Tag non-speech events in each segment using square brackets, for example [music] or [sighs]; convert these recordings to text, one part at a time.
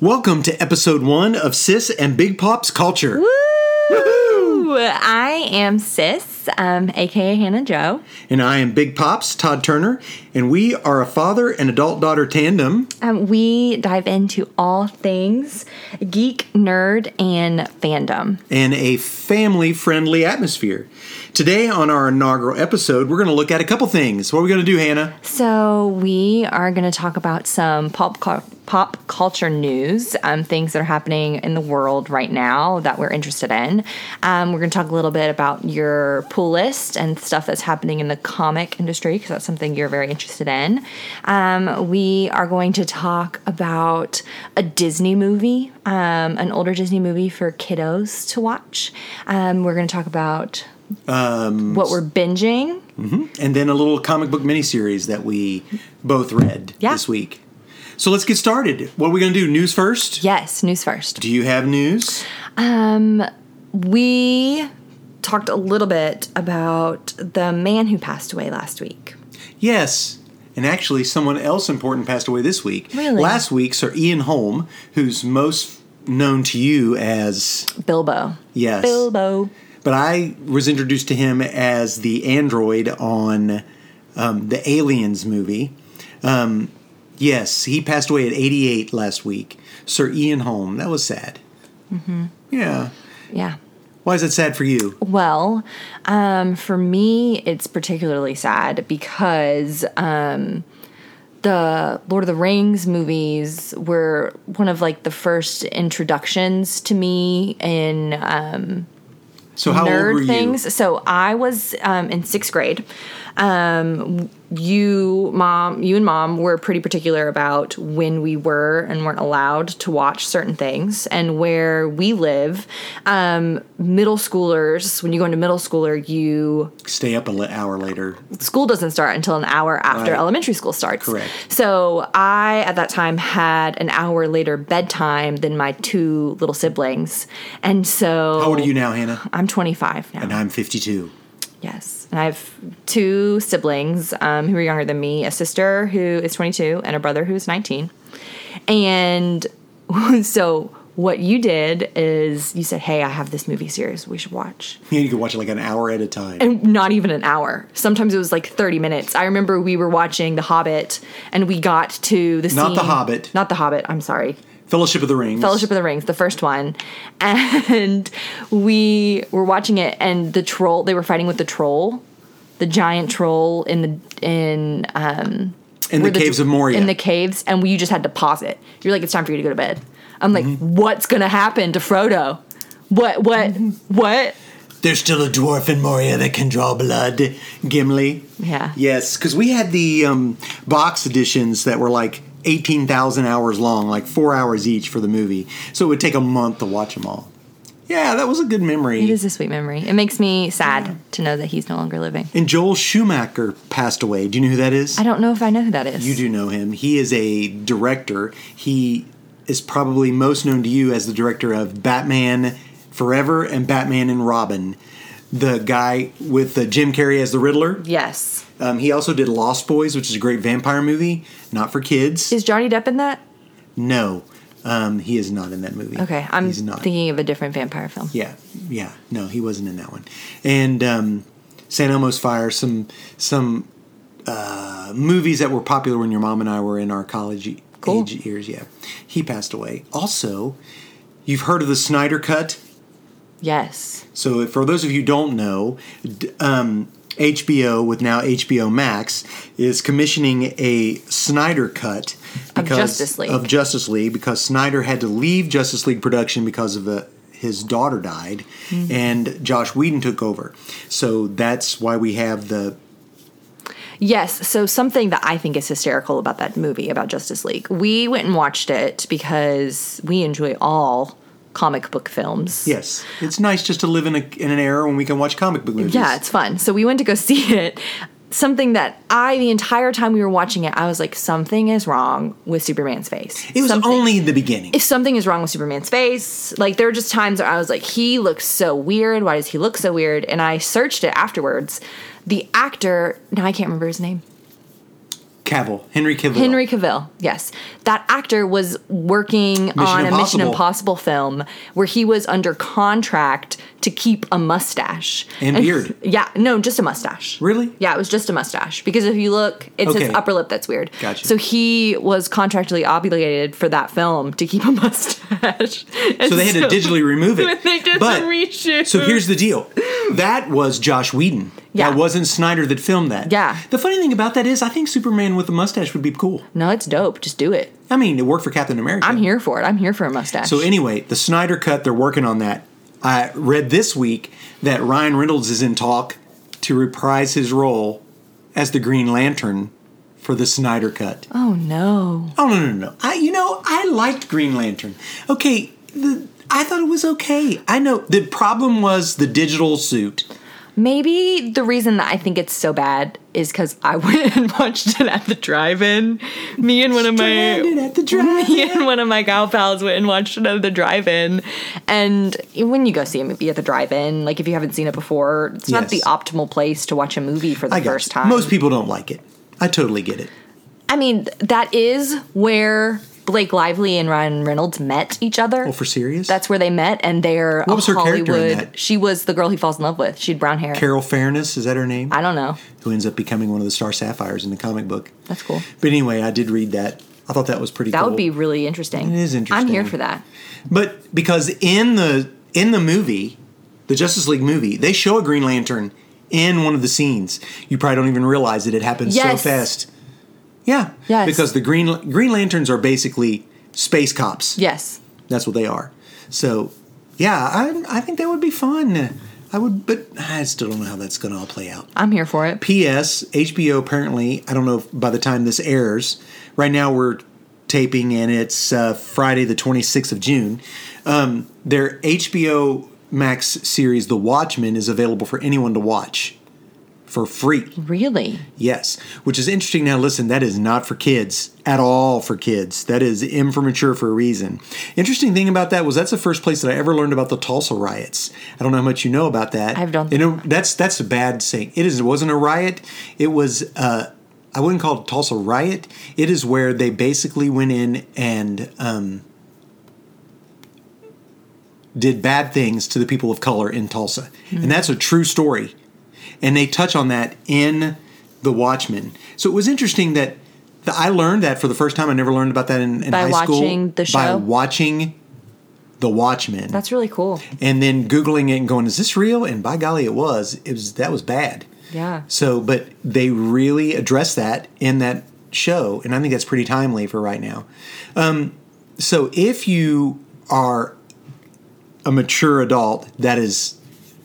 Welcome to episode one of Sis and Big Pop's Culture. Woo! I am Sis, um, aka Hannah Joe. And I am Big Pops, Todd Turner, and we are a father and adult daughter tandem. Um, we dive into all things geek, nerd, and fandom. in a family friendly atmosphere. Today, on our inaugural episode, we're going to look at a couple things. What are we going to do, Hannah? So we are going to talk about some pop cul- pop culture news, um, things that are happening in the world right now that we're interested in. Um, we're going to talk a little bit about your pull list and stuff that's happening in the comic industry because that's something you're very interested in. Um, we are going to talk about a Disney movie, um, an older Disney movie for kiddos to watch. Um, we're going to talk about. what we're binging And then a little comic book miniseries that we both read Yeah. this week. So let's get started. What are we going to do? News first? yes news first Do you have news? We talked a little bit about the man who passed away last week. Yes. And actually, someone else important passed away this week. Really? Last week, Sir Ian Holm, who's most known to you as. Bilbo. Yes. Bilbo. But I was introduced to him as the android on um, the Aliens movie. Um, yes, he passed away at 88 last week. Sir Ian Holm. That was sad. Mm-hmm. Yeah. Yeah. Why is that sad for you? Well, um, for me, it's particularly sad because um, the Lord of the Rings movies were one of like the first introductions to me in So how old were nerd you? things. So I was um, in sixth grade. Um, you, mom, you and mom were pretty particular about when we were and weren't allowed to watch certain things, and where we live. Um, middle schoolers, when you go into middle schooler, you Stay up an hour later. school doesn't start until an hour after Right. elementary school starts. Correct. So I, at that time, had an hour later bedtime than my two little siblings, and so How old are you now, [sighs] Hannah? I'm 25 now. And I'm 52. Yes. And I have two siblings um, who are younger than me a sister who is 22 and a brother who's 19. And [laughs] so what you did is you said, Hey, I have this movie series we should watch. You could watch it like an hour at a time. And not even an hour. Sometimes it was like 30 minutes. I remember we were watching The Hobbit and we got to the Not The scene- Hobbit. Not The Hobbit. I'm sorry. Fellowship of the Rings. Fellowship of the Rings, the first one, and we were watching it, and the troll they were fighting with the troll, the giant troll in the in um In where the Caves of Moria. in the caves, and we you just had to pause it. You're like, it's time for you to go to bed. I'm like, what's gonna happen to Frodo? What what what? There's still a dwarf in Moria that can draw blood, Gimli. Yeah. Yes, because we had the um, box editions that were like 18,000 hours long, like four hours each for the movie. So it would take a month to watch them all. Yeah, that was a good memory. It is a sweet memory. It makes me sad to know that he's no longer living. And Joel Schumacher passed away. Do you know who that is? I don't know if I know who that is. You do know him. He is a director. He is probably most known to you as the director of Batman Forever and Batman and Robin. The guy with uh, Jim Carrey as the Riddler. Yes. Um, he also did Lost Boys, which is a great vampire movie, not for kids. Is Johnny Depp in that? no, um, he is not in that movie. Okay, I'm He's not. thinking of a different vampire film. yeah, yeah. No, he wasn't in that one. And um, San Elmo's Fire, some some uh, movies that were popular when your mom and I were in our college e- Cool. age years. Yeah, he passed away. Also, you've heard of the Snyder Cut. Yes. So, for those of you who don't know, d- um, HBO with now HBO Max is commissioning a Snyder cut Of Justice League. of Justice League because Snyder had to leave Justice League production because of a, his daughter died, Mm-hmm. and Josh Whedon took over. So that's why we have the Yes. So something that I think is hysterical about that movie about Justice League. We went and watched it because we enjoy all comic book films. yes. It's nice just to live in a in an era when we can watch comic book movies. Yeah, it's fun. So we went to go [laughs] see it. Something that I the entire time we were watching it, I was like, something is wrong with Superman's face. it was Something- only the beginning. if something is wrong with Superman's face, like there are just times where I was like, he looks so weird. Why does he look so weird? And I searched it afterwards. The actor, now I can't remember his name. Cavill, Henry Cavill. Henry Cavill, yes. That actor was working on a Mission Impossible. Impossible film where he was under contract to keep a mustache And beard. [laughs] Yeah, no, just a mustache. Really? Yeah, it was just a mustache because if you look, it's his Okay. upper lip that's weird. Gotcha. So he was contractually obligated for that film to keep a [laughs] mustache. So they had to [laughs] digitally remove it. They did but, the reshoot. So here's the deal. That was Josh Whedon. Yeah. That wasn't Snyder that filmed that. Yeah. The funny thing about that is I think Superman with a mustache would be cool. no, it's dope. Just do it. I mean, it worked for Captain America. I'm here for it. I'm here for a mustache. So anyway, the Snyder cut, they're working on that. I read this week that Ryan Reynolds is in talk to reprise his role as the Green Lantern for the Snyder cut. oh no. Oh no no no! I you know I liked Green Lantern. Okay, the, I thought it was okay. I know the problem was the digital suit. Maybe the reason that I think it's so bad is because I [laughs] went and watched it at the drive-in. Me and one of Stranded my at the drive. [laughs] me and one of my gal pals went and watched it at the drive-in. And when you go see a movie at the drive-in, like if you haven't seen it before, it's not Yes. the optimal place to watch a movie for the I got first you. time. Most people don't like it. I totally get it. I mean, that is where Blake Lively and Ryan Reynolds met each other. Well, for serious, That's where they met, and they're What was her Hollywood. character in that? She was the girl he falls in love with. She had brown hair. Carol Fairness is that her name? I don't know. Who ends up becoming one of the Star Sapphires in the comic book? That's cool. But anyway, I did read that. I thought that was pretty. That cool. would be really interesting. It is I'm here interesting. for that. But because in the in the movie, the Justice League movie, they show a Green Lantern in one of the scenes. You probably don't even realize it. It happens Yes. so fast. Yeah. Yes. Because the Green Green Lanterns are basically space cops. Yes. That's what they are. So, yeah, I I think that would be fun. I would, but I still don't know how that's going to all play out. I'm here for it. P.S. HBO apparently, I don't know if by the time this airs, right now we're taping and it's uh, Friday the 26th of June. Um, their HBO Max series, The Watchmen, is available for anyone to watch for free. Really? Yes, which is interesting. Now, listen, that is not for kids at all. For kids, that is M for mature for a reason. Interesting thing about that was that's the first place that I ever learned about the Tulsa riots. I don't know how much you know about that. I don't You know, that's that's a bad saying. It is. It wasn't a riot. It was. Uh, I wouldn't call it Tulsa riot. It is where they basically went in and um, did bad things to the people of color in Tulsa, and that's a true story and they touch on that in the Watchmen. So it was interesting that the, I learned that for the first time. I never learned about that in, in By high watching school the by show? watching the Watchmen, That's really cool. and then googling it and going, "Is this real?" And by golly, it was. It was that was bad. Yeah. So, but they really address that in that show, and I think that's pretty timely for right now. Um, so, if you are a mature adult, that is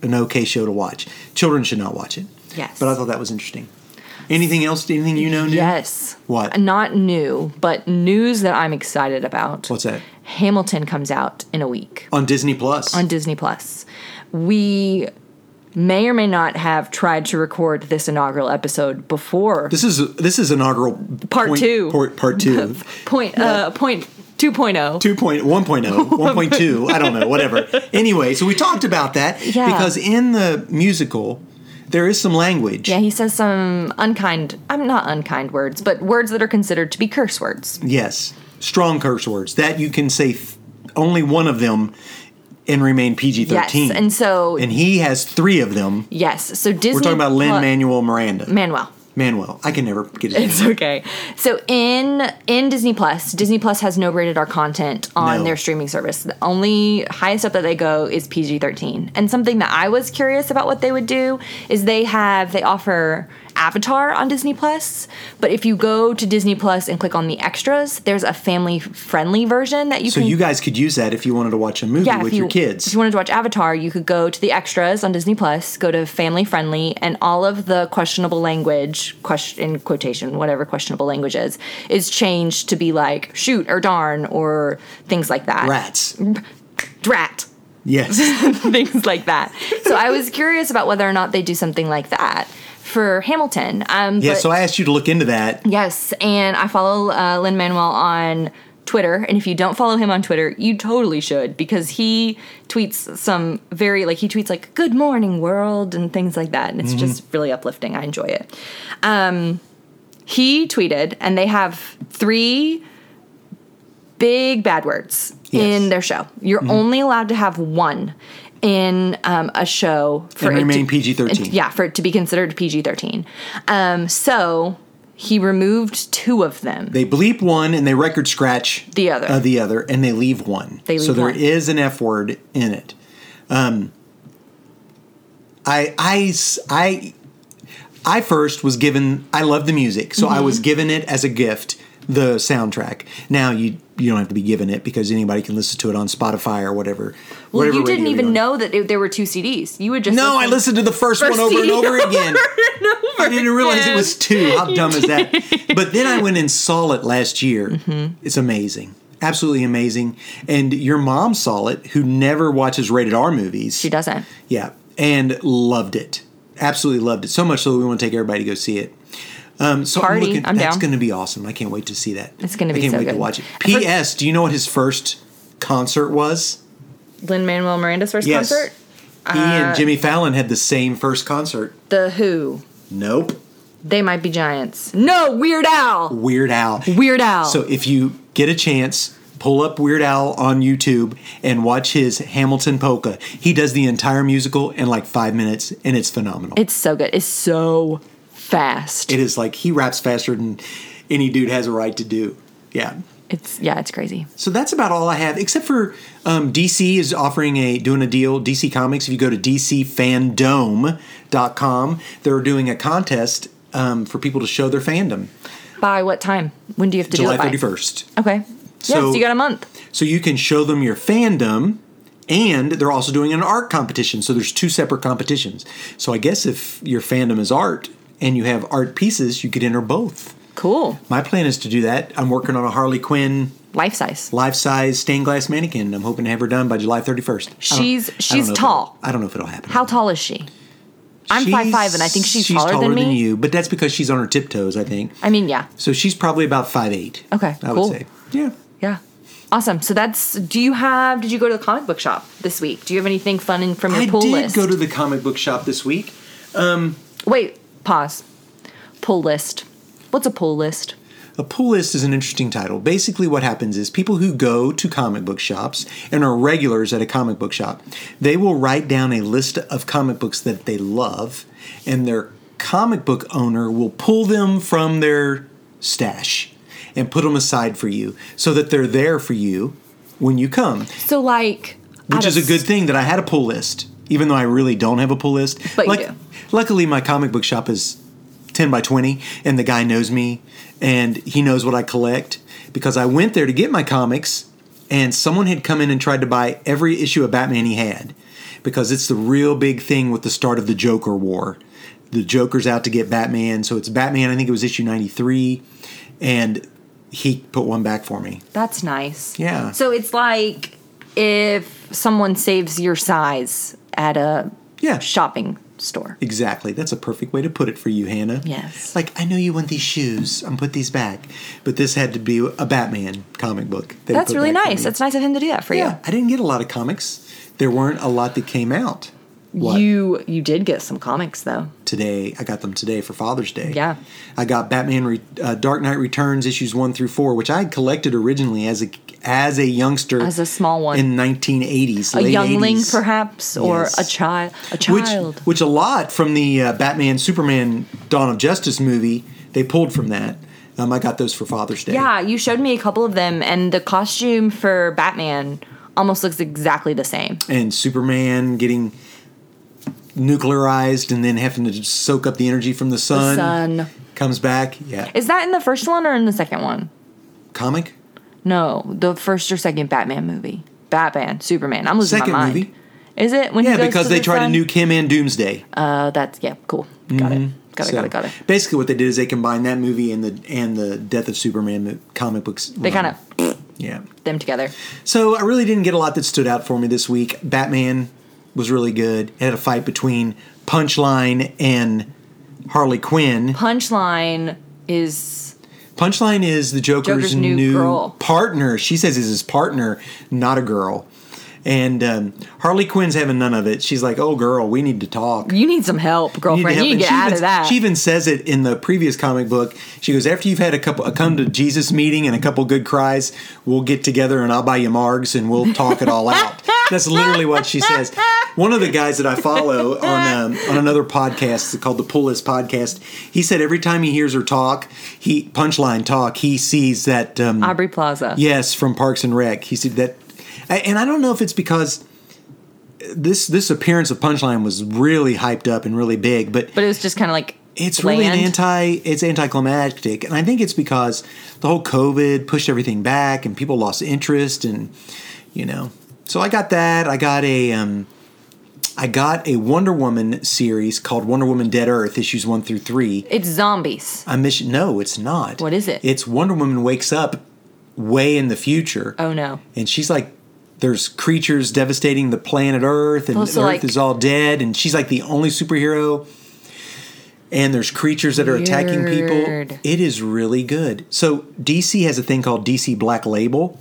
an okay show to watch. Children should not watch it. Yes. But I thought that was interesting. Anything else? Anything you know? New? Yes. What? Not new, but news that I'm excited about. What's that? Hamilton comes out in a week On Disney Plus. on Disney Plus. We may or may not have tried to record this inaugural episode before this is this is inaugural Part point- two. Part, part [laughs] two. point uh point oh. 2.0. 2.1.0, oh, [laughs] 1.2, I don't know, whatever. Anyway, so we talked about that Yeah. because in the musical, there is some language. yeah, he says some unkind, I'm not unkind words, but words that are considered to be curse words. Yes, strong curse words that you can say th- only one of them and remain PG 13. Yes, and so- And he has three of them. Yes. So Disney We're talking about Lynn Plu- Manuel Miranda. Manuel. [laughs] Manuel. I can never get his name. It's okay. So in in Disney Plus, Disney Plus has no rated R content on No. their streaming service. The only highest up that they go is PG thirteen. And something that I was curious about what they would do is they have they offer Avatar on Disney Plus, but if you go to Disney Plus and click on the extras, there's a family friendly version that you So can you guys could use that if you wanted to watch a movie if with you, your If kids. you wanted to watch Avatar, you could go to the extras on Disney Plus, go to family friendly, and all of the questionable language, question in quotation, whatever questionable language is, is changed to be like shoot or darn or things like that. [laughs] Rats. Drat. [laughs] Yes. things like that. So I was curious about whether or not they do something like that for Hamilton. Um, Yeah, but- so I asked you to look into that. Yes, and I follow uh, Lin Manuel on Twitter, and if you don't follow him on Twitter, you totally should because he tweets some very like he tweets like "Good Mm-hmm. morning world" and things like that, and it's just really uplifting. I enjoy it. Um, He tweeted, and they have three big bad words Yes. Mm-hmm. in their show. You're only allowed to have one in um, a show for And it to- remain PG-13. it- Yeah, for it to be considered PG thirteen. Um, so he removed two of them. They bleep one and they record scratch The other. uh, the other, and they leave one. They so leave there one. is an F word in it. Um, I I s- I I first was given. I love the music, so Mm-hmm. I was given it as a gift. The soundtrack. Now you you don't have to be given it because anybody can listen to it on Spotify or whatever. well, whatever you didn't radio even you're on. know that it, there were two CDs. You would just No, I listen- listened to the first, First one over and CD over [laughs] again. I didn't realize it was two. How dumb is that? [laughs] But then I went and saw it last year. Mm-hmm. It's amazing. Absolutely amazing. And your mom saw it, who never watches rated R movies. She doesn't. Yeah. And loved it. Absolutely loved it. So much so we want to take everybody to go see it. Um, so Party. I'm looking, I'm that's down. going to be awesome. I can't wait to see that. It's gonna be I can't so wait to good. watch it. I for- P.S. Do you know what his first concert was? Lin Manuel Miranda's first Yes. concert. Uh, He and Jimmy Fallon had the same first concert. The Who. Nope. They might be giants. No, Weird Al. Weird Al. Weird Al. So if you get a chance, pull up Weird Al on YouTube and watch his Hamilton polka. He does the entire musical in like five minutes, and it's phenomenal. it's so good. It's so fast. it is like he raps faster than any dude has a right to do. Yeah. it's yeah, it's crazy. So that's about all I have, except for um, DC is offering a doing a deal. DC Comics, if you go to dcfandom.com, they're doing a contest um, for people to show their fandom. By what time? When do you have to July do it by? thirty first. Okay. yes, So- you got a month. So you can show them your fandom, and they're also doing an art competition. So there's two separate competitions. So I guess if your fandom is art and you have art pieces, you could enter both. Cool. My plan is to do that. I'm working on a Harley Quinn Life size. life-size stained glass mannequin. I'm hoping to have her done by July 31st. I don't- She's- I don't she's know if tall. it'll- I don't know if it'll happen. How tall is she? I'm five five, and I think she's, taller, than me. you, but that's because she's on her tiptoes. I think. I mean, yeah, So she's probably about five eight. Okay, I cool. would say. Yeah. yeah, awesome. So that's. Do you have? Did you go to the comic book shop this week? Do you have anything fun in, from your I pull did list? go to the comic book shop this week. Wait, pause. Pull list. What's a pull list? A pull list is an interesting title. Basically, what happens is people who go to comic book shops and are regulars at a comic book shop, they will write down a list of comic books that they love, and their comic book owner will pull them from their stash and put them aside for you so that they're there for you when you come, So like, which out is of a good thing that I had a pull list, even though I really don't have a pull list. But you do. Luckily, my comic book shop is 10 by 20 and the guy knows me and he knows what I collect because I went there to get my comics and someone had come in and tried to buy every issue of Batman he had because it's the real big thing with the start of the Joker war. The Joker's out to get Batman, so it's Batman, I think it was issue 93 and he put one back for me. That's nice. Yeah. So it's like if someone saves your size at a Yeah. shopping store. Exactly. That's a perfect way to put it for you, Hannah. Yes. Like, I know you want these shoes. I'm put these back. But this had to be a Batman comic book. that he That's put really back for nice. me. That's nice of him to do that for Yeah, I didn't get a lot of comics. There weren't a lot that came out. you. What You you did get some comics though. today? I got them today for Father's Day. Yeah. I got Batman Re- uh, Dark Knight Returns issues one through four, which I had collected originally as a as a youngster, As a small one. in 1980s, A late youngling 80s. perhaps or Yes. a child a child. Which, which a lot from the uh, Batman Superman Dawn of Justice movie they pulled from that. Um, I got those for Father's Day. yeah, you showed me a couple of them and the costume for Batman almost looks exactly the same. And Superman getting nuclearized and then having to soak up the energy from the sun. sun. Comes back. Yeah. Is that in the first one or in the second one? Comic. No, the first or second Batman movie. Batman, Superman. I'm losing Second my mind. movie. Is it when? Yeah, he goes because to they the tried sun? to nuke him and Doomsday. Uh, that's yeah, cool. Got it. Got it. Mm-hmm. So, Got it. Got it. Basically, what they did is they combined that movie and the and the Death of Superman mo- comic books. They kind of yeah. them together. So I really didn't get a lot that stood out for me this week. Batman was really good. It had a fight between Punchline and Harley Quinn. Punchline is Punchline is the Joker's, Joker's new girl. partner. She says is his partner, not a girl. And um, Harley Quinn's having none of it. She's like, "Oh, girl, we need to talk." You need some help, You girlfriend. You help." need to And get she out even, of that. She even says it in the previous comic book. She goes, "After you've had a couple, a come to Jesus meeting and a couple good cries, we'll get together and I'll buy you margs and we'll talk it all [laughs] out." That's literally what she says. One of the guys that I follow on um, on another podcast called the Pull List Podcast, he said every time he hears her talk, he punchline talk, he sees that um, Aubrey Plaza. Yes, from Parks and Rec. He said that, and I don't know if it's because this this appearance of Punchline was really hyped up and really big, but But it was just kind of like it's really an bland. anti it's anticlimactic, and I think it's because the whole COVID pushed everything back and people lost interest, and you know. So I got that. I got a um, I got a Wonder Woman series called Wonder Woman Dead Earth issues one through three. It's zombies. I miss no, it's not. What is it? It's Wonder Woman wakes up way in the future Oh no. and she's like there's creatures devastating the planet earth and Oh, so, earth like- is all dead and she's like the only superhero and there's creatures that are attacking Weird. people it is really good so dc has a thing called dc black label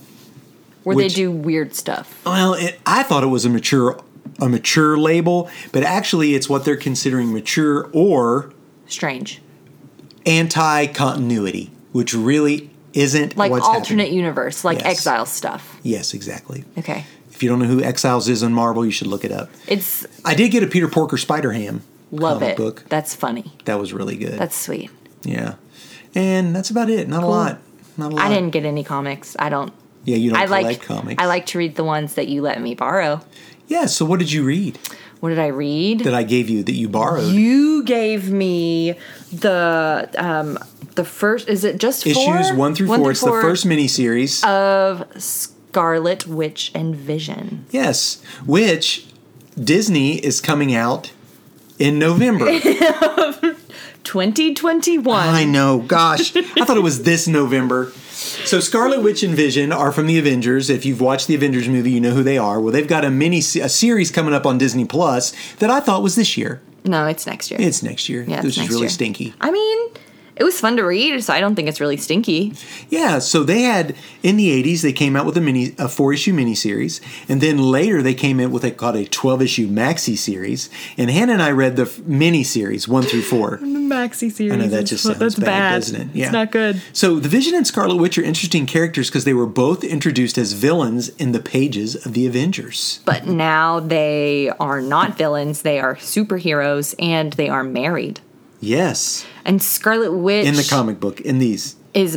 Where Which- they do weird stuff. well it, i thought it was a mature a mature label but actually it's what they're considering mature or Strange. anti-continuity which really isn't Like what's alternate happening. universe, like Yes. Exile stuff. yes exactly Okay. if you don't know who exiles is on marvel you should look it up It's I did get a Peter Porker Spider Ham love comic it. book. That's funny. That was really good. That's sweet. yeah, and that's about it. Not a lot. Not a lot. I didn't get any comics. I don't Yeah, you don't I collect like comics. I like to read the ones that you let me borrow. Yeah. So what did you read What did I read? that I gave you that you borrowed? you gave me the um the first is it just four? Issues one through four. it's the first miniseries. of Scarlet Witch and Vision. yes, which Disney is coming out in [laughs] November. 2021. I know. Gosh, I thought it was this November. So Scarlet Witch and Vision are from the Avengers. If you've watched the Avengers movie, you know who they are. Well, they've got a mini a series coming up on Disney Plus that I thought was this year. no, it's next year. It's next year, Yeah, it's which is next really year. stinky. I mean, it was fun to read, so I don't think it's really stinky. Yeah, so they had in the '80s they came out with a mini, a four issue miniseries, and then later they came in with a called a twelve issue maxi series. And Hannah and I read the mini series one through four. Maxi series. I know that just sounds bad, doesn't it? Yeah, So the Vision and Scarlet Witch are interesting characters because they were both introduced as villains in the pages of the Avengers. But now they are not villains, they are superheroes and they are married. Yes, And Scarlet Witch in the comic book, in these is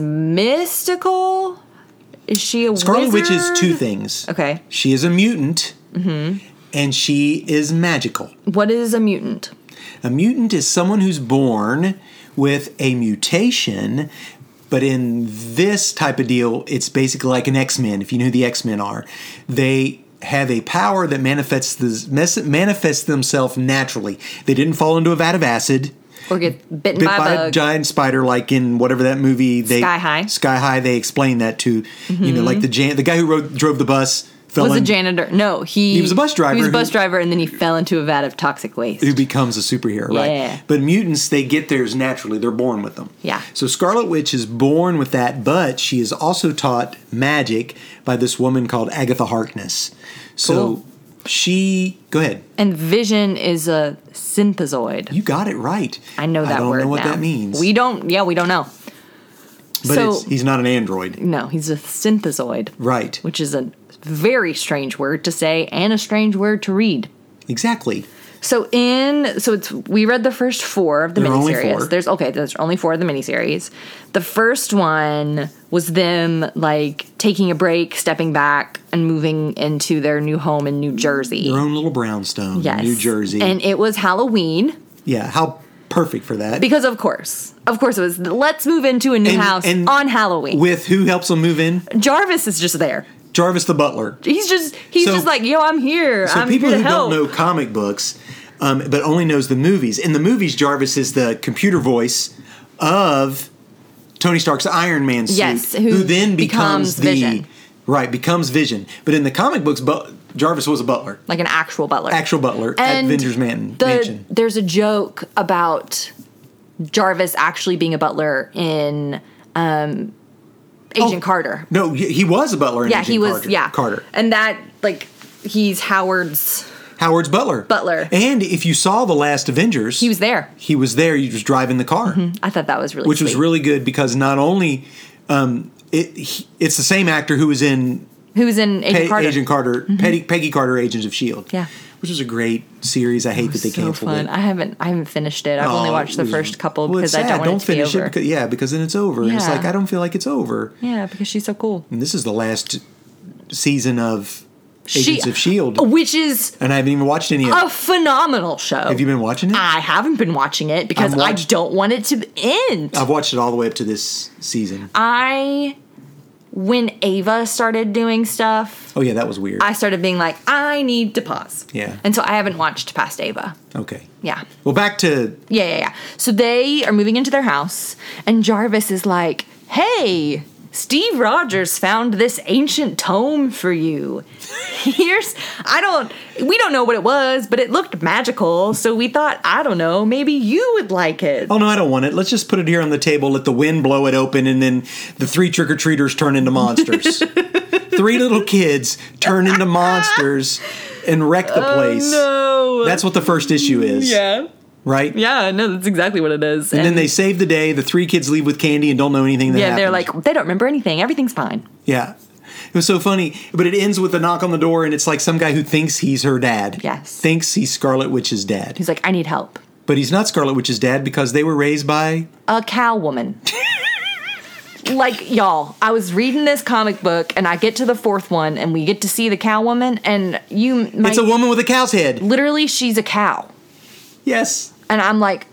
mystical. Is she a Scarlet Witch wizard? is two things. Okay. Mm-hmm. she is a mutant, and she is magical. What is a mutant? A mutant is someone who's born with a mutation, but in this type of deal, it's basically like an X Men. If you know who the X Men are, they have a power that manifests this, mes- manifests themselves naturally. They didn't fall into a vat of acid. Or get bitten Bit by, by a a bug. giant spider, like in whatever that movie they Sky High. Mm-hmm. Sky High, they explained that to you know, like the jan- the guy who rode, drove the bus fell was a in- janitor. No, he He was a bus driver He was a bus who- driver, and then he fell into a vat of toxic waste. who becomes a superhero, Yeah. right? But mutants, they get theirs naturally. They're born with them. Yeah. So Scarlet Witch is born with that, but she is also taught magic by this woman called Agatha Harkness. So Cool. she, go ahead. And Vision is a synthesoid. You got it right. I know that I don't word. know what now. that means. We don't. Yeah, we don't know. but so- it's, he's not an android. No, he's a synthesoid, Right. which is a very strange word to say and a strange word to read. Exactly. So in so it's we read the first four of the There are only miniseries. four. There's okay, there's only four of the miniseries. The first one was them like taking a break, stepping back, and moving into their new home in New Jersey. Their own little brownstone, in New Jersey. And it was Halloween. yeah. How perfect for that. Because of course. Of course it was let's move into a new And- house and- on Halloween. With who helps them move in? Jarvis is just there. Jarvis the butler. He's just he's So- just like, yo, I'm here. So I'm people here to who help. don't know comic books, um, but only knows the movies. In the movies, Jarvis is the computer voice of Tony Stark's Iron Man suit, Yes, who who, then becomes, becomes the Vision. right becomes Vision. But in the comic books, but Jarvis was a butler, like an actual butler. actual butler at And Avengers Man- the- Mansion. There's a joke about Jarvis actually being a butler in um, Agent Oh. Carter. No, he he was a butler. In Yeah, Oh, Agent he was. Carter, Yeah, Carter. And that like he's Howard's. Howard's Butler. Butler. And if you saw the last Avengers, He was Mm-hmm. there. He was there. He was driving the car, I thought that was really which was sweet. really good because not only um, it he, it's the same actor who was in who was in Agent Pe- Carter. Mm-hmm. Agent Carter, Peggy, Peggy Carter, Agents of Shield. Yeah. E which is a great series. I hate that they so canceled fun. it. I haven't I haven't finished it. I've only Oh, watched the it was- first couple well, it's because I sad. don't want it to be over. it because, yeah, because then it's over. And it's Yeah. like I don't feel like it's over. yeah, because she's so cool. And this is the last season of Agents she, Oh. of Shield, which is E and I haven't even watched any of. it. a phenomenal show. Have you been watching it? I haven't been watching it because I'm watch- I don't want it to end. I've watched it all the way up to this season. I when Ava started doing stuff, Oh yeah, that was weird. I started being like, I need to pause. Yeah. And so I haven't watched past Ava. okay. Yeah. Well, back to Yeah, yeah, yeah. So they are moving into their house, and Jarvis is like, Hey, Steve Rogers found this ancient tome for you. [laughs] Here's, I don't, we don't know what it was, but it looked magical. So we thought, I don't know, maybe you would like it. Oh no, I don't want it. Let's just put it here on the table, let the wind blow it open, and then the three trick or treaters turn into [laughs] monsters. three little kids turn into monsters and wreck the place. Oh, no. That's what the first issue is. yeah. Right? Yeah, no, that's exactly what it is. And then they save the day, the three kids leave with candy and don't know anything that yeah, they're happened. like, they don't remember anything. Everything's fine. Yeah. It was so funny. But it ends with a knock on the door and it's like some guy who thinks he's her dad. Yes. Thinks he's Scarlet Witch's dad. He's like, I need help. But he's not Scarlet Witch's dad because they were raised [laughs] by a cow woman. like y'all, I was reading this comic book and I get to the fourth one and we get to see the cow woman and you my, It's a woman with a cow's head. literally she's a cow. Yes. And I'm like,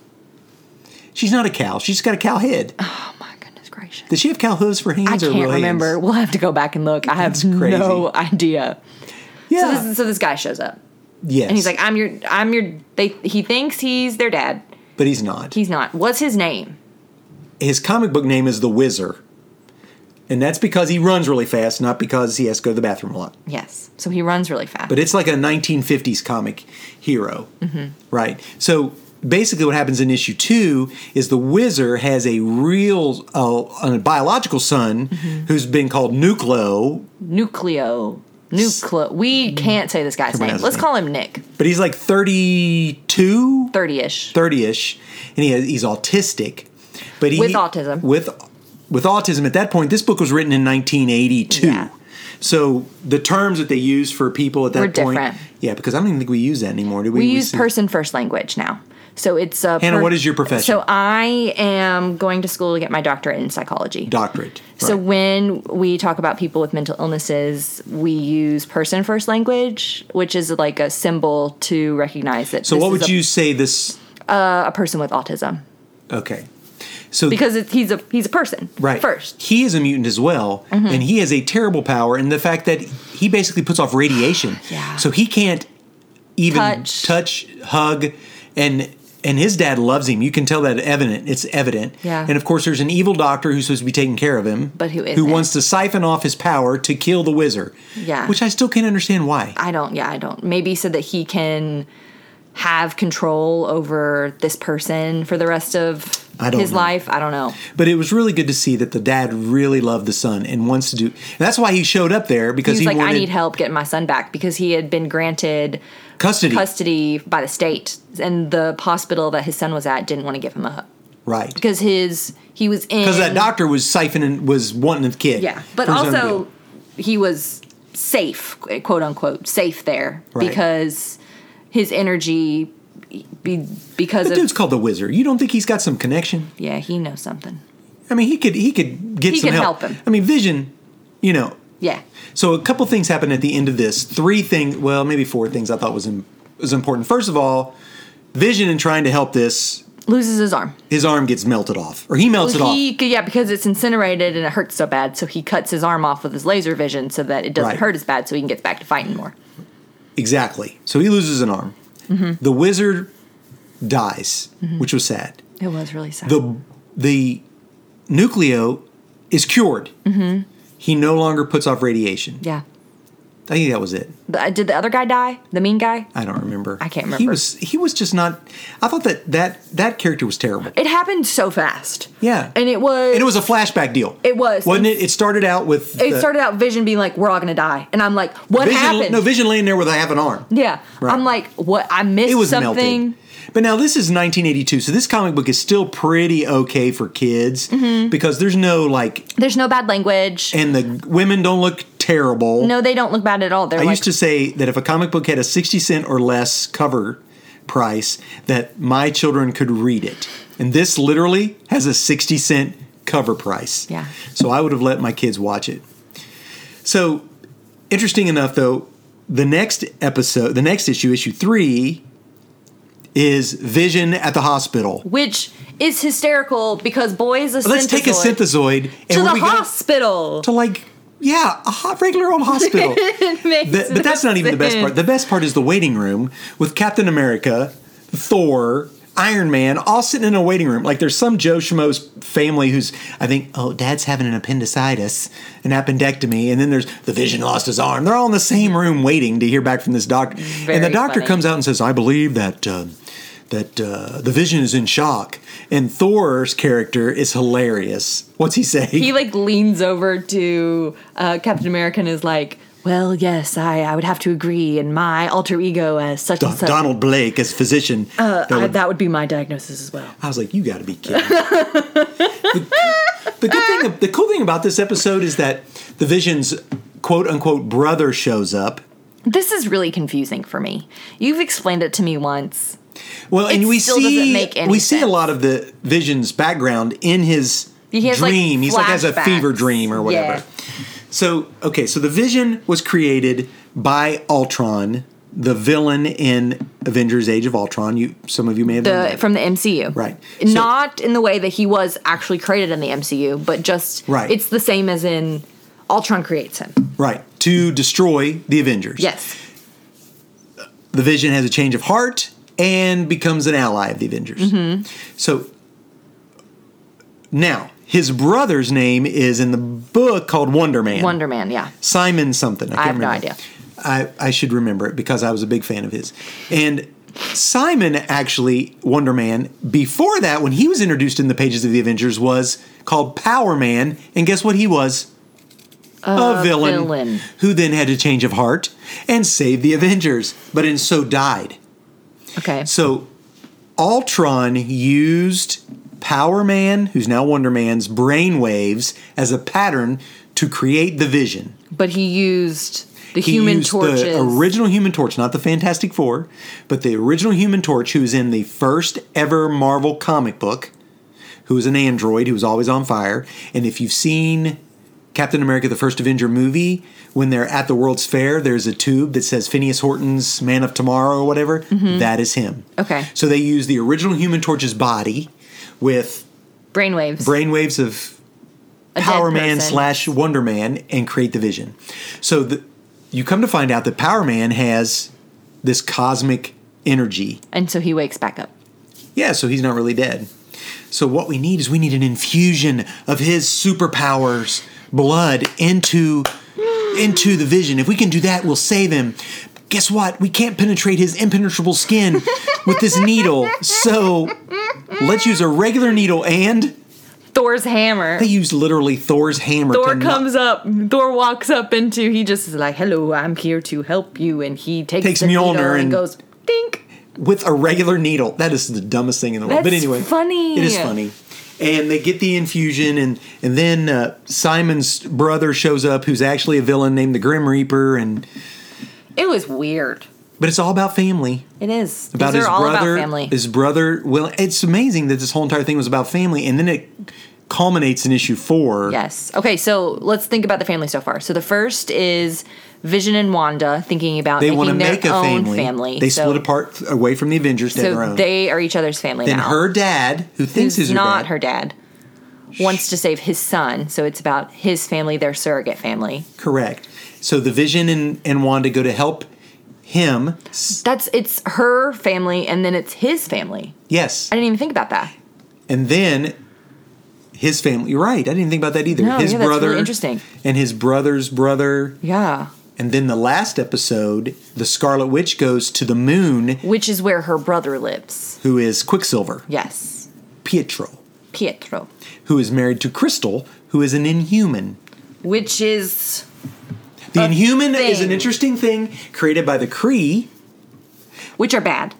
She's not a cow. She's got a cow head. oh my goodness gracious. Did she have cow hooves for hands I or can't real remember. hands? We'll have to go back and look. I have That's crazy. no idea. So Yeah. this, so this guy shows up yes. and he's like, "I'm your, I'm your." They he thinks he's their dad. but he's not. He's not. What's his name? His comic book name is The Whizzer. And that's because he runs really fast, not because he has to go to the bathroom a lot. Yes. So he runs really fast. But it's like a 1950s comic hero. Mm-hmm. Right. So basically, what happens in issue two is the Whizzer has a real, uh, a biological son Mm-hmm. who's been called Nucleo, Nucleo. Nucleo. We can't say this guy's on, name. Mm. his Let's name. call him Nick. but he's like 32, Thirty-ish. 30-ish and he has, he's autistic but he With autism. with with autism at that point this book was written in 1982 Yeah. so the terms that they use for people at that Were point different. yeah because i don't even think we use that anymore do we We use see- person first language now. So it's a Hannah, what is your profession? So I am going to school to get my doctorate in psychology. doctorate So right. when we talk about people with mental illnesses, we use person first language, which is like a symbol to recognize that. so this what is would a, you say this a person with autism okay so because it's, he's a he's a person right first. Mm-hmm. he is a mutant as well and he has a terrible power in the fact that he basically puts off radiation [sighs] Yeah. so he can't even Touch. touch. hug and and his dad loves him you can tell that evident it's evident Yeah. and of course there's an evil doctor who's supposed to be taking care of him But who who isn't. wants to siphon off his power to kill the wizard Yeah. which i still can't understand why I don't. Yeah, I don't. Maybe so that he can have control over this person for the rest of I don't his know. life. I don't know. but it was really good to see that the dad really loved the son and wants to do and that's why he showed up there because He's he like, wanted I need help getting my son back because he had been granted custody custody by the state, and the hospital that his son was at didn't want to give him up right because his he was in because that doctor was siphoning was wanting the kid. yeah, but for his own also good. he was safe, quote unquote, safe there Right. because his energy be, because the of dude's called the wizard. You don't think he's got some connection? yeah he knows something I mean, he could he could get He some could help. help him. I mean, Vision, you know. yeah So a couple things happened at the end of this. Three things, well, maybe four things I thought was im was important. First of all, Vision in trying to help this, loses his arm. his arm gets melted off, or he melts it off. He, yeah, because it's incinerated and it hurts so bad, so he cuts his arm off with his laser vision so that it doesn't Right. hurt as bad, so he can get back to fighting more. Exactly. So he loses an arm. Mm-hmm. The wizard dies, which was sad. It was really sad. the the Mm-hmm. nucleo is cured. He no longer puts off radiation. yeah. I think that was it. The- uh, Did the other guy die? The mean guy? I don't remember. I can't He remember. was he was just not. I thought that that that character was terrible. It happened so fast. Yeah. And it was. And it was a flashback deal. It was. wasn't it? It started out with It the- started out Vision being like, "We're all gonna die," and I'm like, "What Vision, happened?" No, Vision laying there with a half an arm. yeah, Right. I'm like, "What? I missed It was something." melted. But now this is 1982, so this comic book is still pretty okay for kids Mm-hmm. because there's no like, There's no bad language. and the women don't look terrible. no, they don't look bad at all. They're I like, used to say that if a comic book had a 60 cent or less cover price, that my children could read it. And this literally has a 60 cent cover price. Yeah. So I would have let my kids watch it. So interesting enough though, the next episode, the next issue, issue 3 is Vision at the hospital. which is hysterical because boy is a Let's take a synthesoid synthesoid and to when the we go hospital. [laughs] to like yeah, a hot, regular old hospital. Makes That- but that's no not even the best part. sense. The best part is the waiting room with Captain America, Thor, Iron Man, all sitting in a waiting room. Like there's some Joe Schmo's family who's, I think, oh, dad's having an appendicitis, an appendectomy, and then there's the Vision lost his arm. They're all in the same room waiting to hear back from this doctor. and the Very doctor funny. comes out and says, "I believe that." Uh, that uh, the vision is in shock, and Thor's character is hilarious. What's he say? [laughs] he like leans over to uh, Captain America and is like, "Well, yes, I I would have to agree, and my alter ego as such Don- and such." Donald Blake as physician. uh, that I- would- that would be my diagnosis as well. I was like, you got to be kidding. the, [laughs] the good thing, the cool thing about this episode is that the Vision's quote unquote brother shows up. This is really confusing for me. You've explained it to me once. Well, and It we still see doesn't make any we see a sense. lot of the Vision's background in his He has, like, dream. He's like has a flashbacks. fever dream or whatever. Yeah. So okay, so the Vision was created by Ultron, the villain in Avengers: Age of Ultron. You, some of you may have known The, that. from the MCU. Mm-hmm. Right. So- Not in the way that he was actually created in the MCU, but just Right. it's the same as in Ultron creates him. right to destroy the Avengers. Yes. the Vision has a change of heart and becomes an ally of the Avengers. So now his brother's name is in the book called Wonder Man. Wonder Man, yeah. Simon something. I, can't I have no remember. idea. I, I should remember it because I was a big fan of his. And Simon actually, Wonder Man, before that, when he was introduced in the pages of the Avengers, was called Power Man. And guess what he was? A, villain, villain. Who then had a change of heart and saved the Avengers, but in so died. Okay. So Ultron used Power Man, who's now Wonder Man's brainwaves, as a pattern to create the vision. But he used the He human used torches. the original Human Torch, not the Fantastic Four, but the original Human Torch, who's in the first ever Marvel comic book, who is an android who was always on fire. And if you've seen Captain America: The First Avenger movie, when they're at the World's Fair, there's a tube that says Phineas Horton's Man of Tomorrow or whatever. That is him. Mm-hmm. Okay. So they use the original Human Torch's body with Brainwaves. brainwaves of A dead Power Man person. slash Wonder Man and create the vision. So the, you come to find out that Power Man has this cosmic energy. And so he wakes back up. Yeah, so he's not really dead. So what we need is we need an infusion of his superpowers blood into into the vision. If we can do that, we'll save him. Guess what? We can't penetrate his impenetrable skin with this needle. So let's use a regular needle and Thor's hammer. they use literally Thor's hammer Thor to kno- comes up. Thor walks up into. He just is like, "Hello, I'm here to help you," and he takes, Takes the Mjolnir needle and, and- goes, "Dink." with a regular needle. That is the dumbest thing in the world. but That's anyway, funny. It is funny. And they get the infusion, and and then uh, Simon's brother shows up, who's actually a villain named the Grim Reaper, and It was weird. but it's all about family. It is. About These his are all brother, about family. his brother. Well, it's amazing that this whole entire thing was about family, and then it culminates in issue four. yes. Okay, so let's think about the family so far. So the first is Vision and Wanda thinking about They want to making their make a own family. family. They so, split apart away from the Avengers to have their So own. they are each other's family and now. her dad, who thinks who's is her not dad, her dad, wants to save his son. So it's about his family, their surrogate family. correct. So the Vision and, and Wanda go to help him. That's it's her family, and then it's his family. Yes, I didn't even think about that. and then his family. You're right. I didn't think about that either. No, his yeah, that's really brother, interesting. and his brother's brother. Yeah. And then the last episode, the Scarlet Witch goes to the moon, which is where her brother lives. who is Quicksilver, Yes, Pietro, Pietro, who is married to Crystal, who is an inhuman. which is The A inhuman is an thing. interesting thing created by the Kree, which are bad.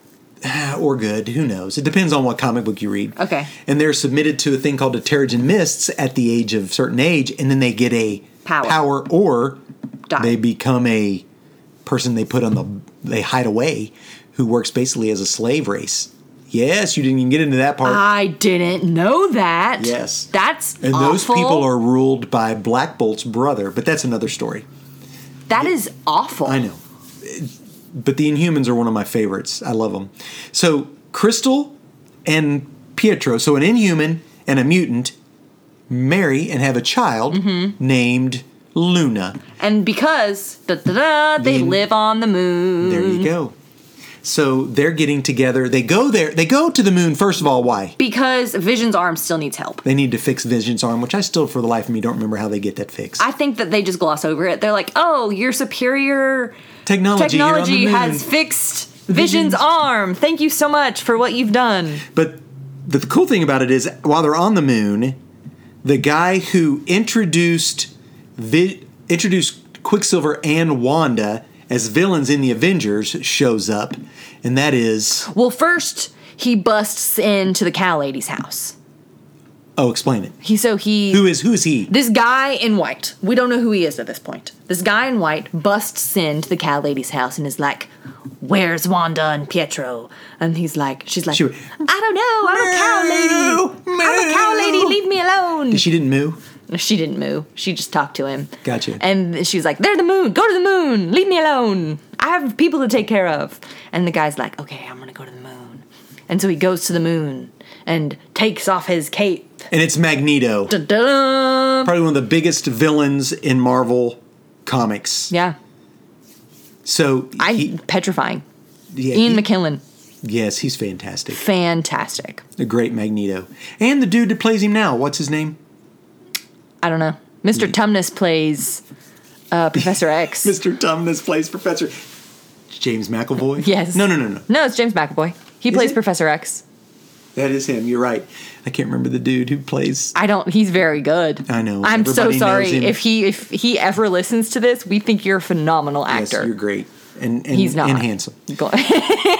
ah, or good, who knows? It depends on what comic book you read. Okay. And they're submitted to a thing called a Terrigen Mists at the age of certain age, and then they get a Power. power or Die. they become a person they put on the they hide away who works basically as a slave race. Yes, you didn't even get into that part. I didn't know that. Yes. that's and those awful. people are ruled by Black Bolt's brother, but that's another story. That is awful. I know. But the Inhumans are one of my favorites. I love them. So Crystal and Pietro, so an Inhuman and a mutant, marry and have a child Mm-hmm. named Luna. And because da, da, da, they Then- live on the moon. There you go. So they're getting together. They go there. They go to the moon. First of all, why? Because Vision's arm still needs help. They need to fix Vision's arm, which I still, for the life of me, don't remember how they get that fixed. I think that they just gloss over it. They're like, "Oh, your superior technology Oh, you're on the technology moon. has fixed Vision's arm. Thank you so much for what you've done." But the, the cool thing about it is, while they're on the moon, the guy who introduced vi- introduced Quicksilver and Wanda as villains in the Avengers shows up, and that is Well, first he busts into the cow lady's house. oh, explain it. He so he Who is who is he? this guy in white. We don't know who he is at this point. This guy in white busts into the cow lady's house and is like, "Where's Wanda and Pietro?" And he's like, "She's like, She I went, don't know. I'm a cow lady. Moo, I'm a cow moo." lady. Leave me alone." She didn't move. She didn't move. She just talked to him. Gotcha. And she was like, "They're the moon. Go to the moon. Leave me alone. I have people to take care of." And the guy's like, "Okay, I'm gonna go to the moon." And so he goes to the moon and takes off his cape. And it's Magneto, Dun-dun. probably one of the biggest villains in Marvel comics. Yeah, So I he- petrifying. yeah, Ian he- McKellen, yes, he's fantastic. fantastic. The great Magneto, and the dude that plays him now. What's his name? I don't know. Mr. Tumnus plays [laughs] uh, Professor X. Mr. Tumnus plays Professor James McAvoy. [laughs] Yes. No, no, no, no. no, it's James McAvoy. He plays it? Professor X. That is him. You're right. I can't remember the dude who plays. I don't. He's very good. I know. I'm so Everybody knows sorry him. if he if he ever listens to this. We think you're a phenomenal Yes, actor. you're great. And, and He's not and handsome. Go- [laughs]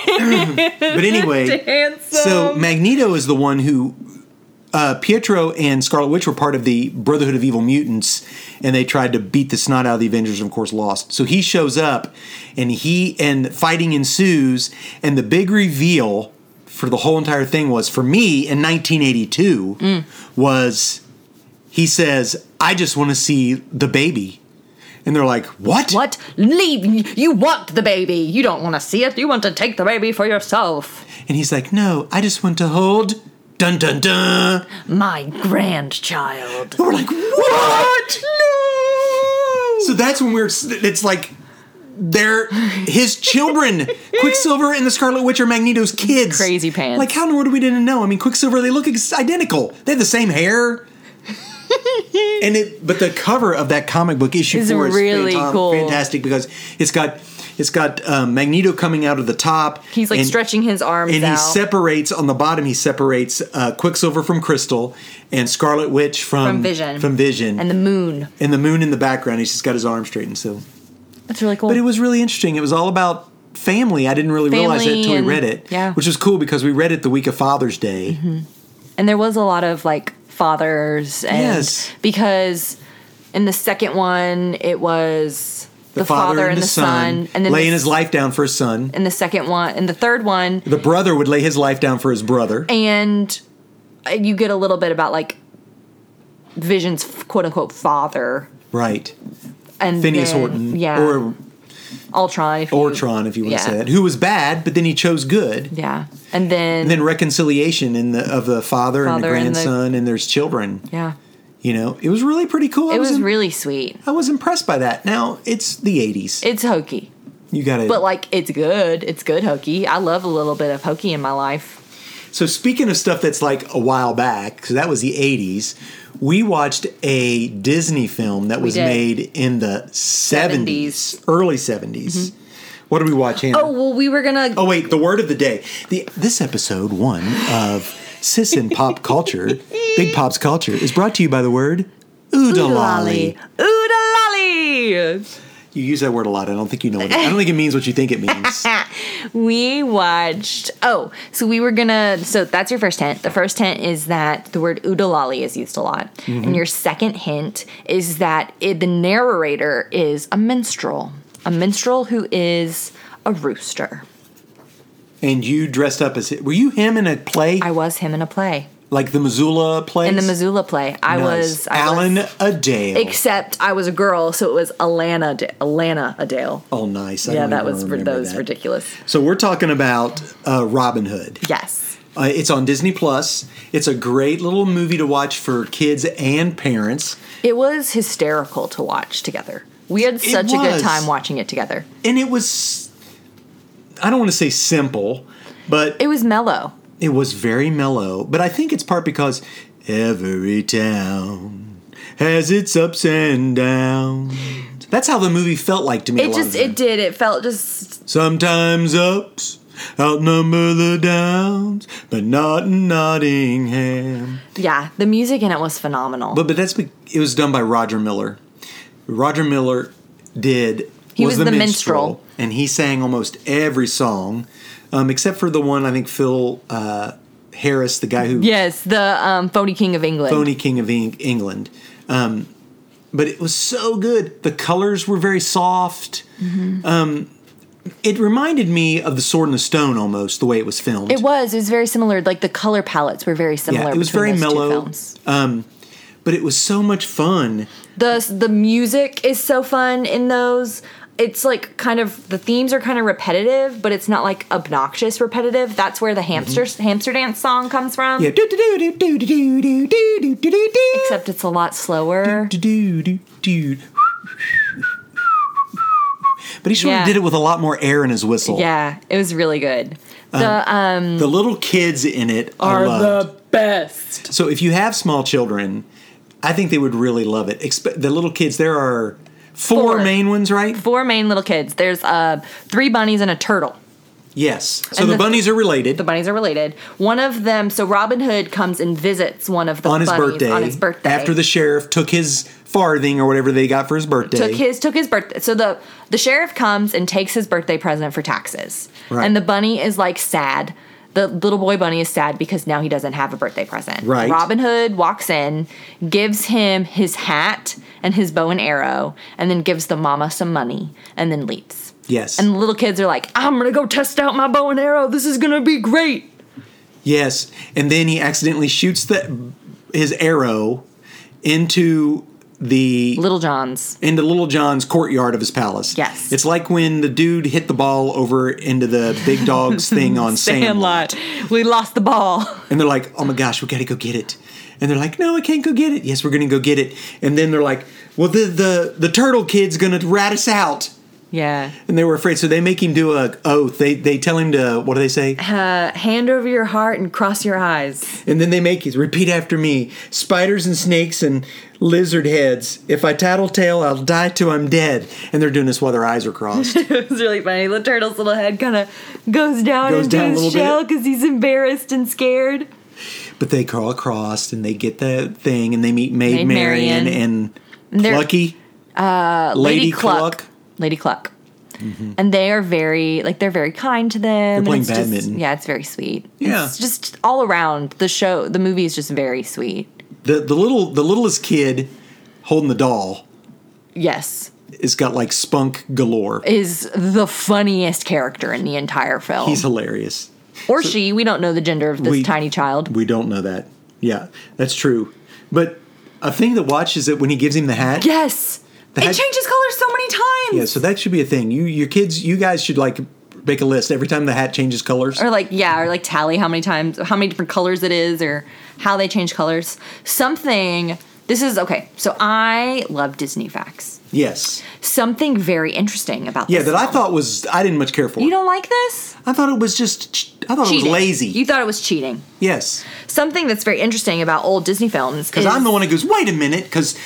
But anyway, handsome. so Magneto is the one who uh, Pietro and Scarlet Witch were part of the Brotherhood of Evil Mutants, and they tried to beat the snot out of the Avengers, and of course lost. So he shows up, and he and fighting ensues, and the big reveal for the whole entire thing was for me in 1982 was he says, "I just want to see the baby," and they're like, "What? what? Leave! You want the baby? You don't want to see it. You want to take the baby for yourself. And he's like, "No, I just want to hold." Dun dun dun. My grandchild. And [laughs] we're like, what? No. So that's when we're. It's like they're his [laughs] children. Quicksilver and the Scarlet Witch are Magneto's kids. Crazy pants. Like how in the world we didn't know? I mean, Quicksilver. They look ex- identical. They have the same [laughs] hair. and it, but the cover of that comic book issue It's four is really fantom- cool. fantastic because it's got it's got um, Magneto coming out of the top. He's like and- stretching his arms and he out. separates on the bottom. He separates uh, Quicksilver from Crystal and Scarlet Witch from, From Vision. From Vision, and and the, the moon. moon in the background. He's just got his arm straightened. So, That's really cool. but it was really interesting. It was all about family. I didn't really realize that Family until and- we read it. yeah. Mm-hmm. which was cool because we read it the week of Father's Day. and there was a lot of like fathers and Yes. because in the second one it was the, father, and the, son, and then laying the, his life down for his son. in the second one in the third one The brother would lay his life down for his brother. and you get a little bit about like Vision's quote unquote father right, and Phineas then- Horton, yeah, or Ultron, if you- Ortron, if you want Yeah. to say that, who was bad, but then he chose good. yeah, and then, and then reconciliation in the of the father, and the Father and the- grandson and, there's children yeah, you know it was really pretty cool I it was im- really sweet. i was impressed by that now it's the 80s It's hokey, you gotta but like it's good. It's good hokey. I love a little bit of hokey in my life. So speaking of stuff that's like a while back, because that was the '80s, we watched a Disney film that was did. made in the '70s, 70s. early '70s. What did we watch? Hannah? Mm-hmm. Oh well, we were gonna. Oh wait, the word of the day. The this episode one of Sis and Pop Culture, Big Pop's Culture, is brought to you by the word oodalali. Oodalali. You use that word a lot. I don't think you know what it, I don't [laughs] think it means what you think it means. We watched. Oh, so we were gonna. So that's your first hint. The first hint is that the word oodalali is used a lot, Mm-hmm. and your second hint is that it, the narrator is a minstrel, a minstrel who is a rooster. And you dressed up as were you him in a play I was him in a play, like the Missoula play? in the Missoula play. I was I Alan was- Adale. except I was a girl, so it was Alana da- Alana Adele. oh, nice. I yeah, don't that even was remember that was that. ridiculous. So we're talking about uh, Robin Hood. Yes. Uh, it's on Disney Plus. It's a great little movie to watch for kids and parents. It was hysterical to watch together. We had such a was. good time watching it together. and it was i don't want to say simple but It was mellow. it was very mellow but i think it's part because every town has its ups and downs that's how the movie felt like to me a It lot of just the time. it did. It felt just sometimes ups outnumber the downs but not in nottingham yeah, the music in it was phenomenal. but but that's be- it was done by roger miller roger miller did He was the minstrel. and he sang almost every song, um, except for the one I think Phil uh, Harris, the guy who yes, the um, phony king of England. phony king of Eng- England. Um, but it was so good. The colors were very soft. Mm-hmm. Um, it reminded me of the Sword and the Stone almost the way it was filmed. It was. It was very similar. Like the color palettes were very similar. it was between very those two mellow. um, films. but it was so much fun. the the music is so fun in those it's like kind of the themes are kind of repetitive but it's not like obnoxious repetitive that's where the hamster hamster dance song comes from Mm-hmm. Yeah. Except except it's a lot slower Do-do-do-do. But he sort Yeah. of did it with a lot more air in his whistle. yeah it was really good the um The little kids in it are are loved. the best so if you have small children, I think they would really love it. Expe- the little kids, there are four, Four. main ones, right? four main little kids there's uh three bunnies and a turtle Yes. So And the, the- bunnies are related. the bunnies are related one of them so robin hood comes and visits one of the on his bunnies birthday, on his birthday after the sheriff took his farthing or whatever they got for his birthday, took his took his birthday. So the the sheriff comes and takes his birthday present for taxes, Right. and the bunny is like sad. The little boy bunny is sad because now he doesn't have a birthday present. Right. Robin Hood walks in, gives him his hat and his bow and arrow, and then gives the mama some money, and then leaves. yes, And the little kids are like, "I'm gonna go test out my bow and arrow. This is gonna be great." Yes, and then he accidentally shoots the his arrow into the Little John's into Little John's courtyard of his palace. Yes. it's like when the dude hit the ball over into the big [laughs] dog's thing on Sandlot, We lost the ball. [laughs] and they're like, "Oh my gosh, we gotta go get it." And they're like, "No, I can't go get it." Yes, we're gonna go get it. And then they're like, "Well, the the the turtle kid's gonna rat us out." Yeah. And they were afraid, so they make him do a oath. They they tell him to what do they [laughs] say? Uh, hand over your heart and cross your eyes. And then they make it. Repeat after me. Spiders and snakes and lizard heads. If I tattletale, I'll die till I'm dead. And they're doing this while their eyes are [laughs] crossed. [laughs] It was really funny. The turtle's little head kind of goes down Goes into down a his little bit. shell because he's embarrassed and scared. but they crawl across and they get the thing and they meet Maid Maid Marian Marian. and they're- Clucky. Uh, Lady Cluck. Lady Cluck. And they are very like they're very kind to them. and Mm-hmm. playing it's just- badminton. yeah, it's very sweet. Yeah. It's just all around the show. The movie is just very sweet. The the little the littlest kid holding the doll Yes, has got like spunk galore. is the funniest character in the entire film, He's hilarious. or she. We don't know the gender of Oh. this We- tiny child. We don't know that. Yeah, that's true. But a thing that watches it when he gives him the hat. Yes, it That- changes colors so many times. Yeah, so that should be a thing. You your kids, you guys should like make a list every time the hat changes colors. or like yeah or like tally how many times how many different colors it is or how they change colors something this is okay so i love disney facts Yes. Something very interesting about Yeah, this. that I thought was I didn't much care for. you don't like this? I thought it was just ch- I thought it was Cheating. lazy. You thought it was cheating. yes. Something that's very interesting about old Disney films Because I'm the one who goes, wait a minute, because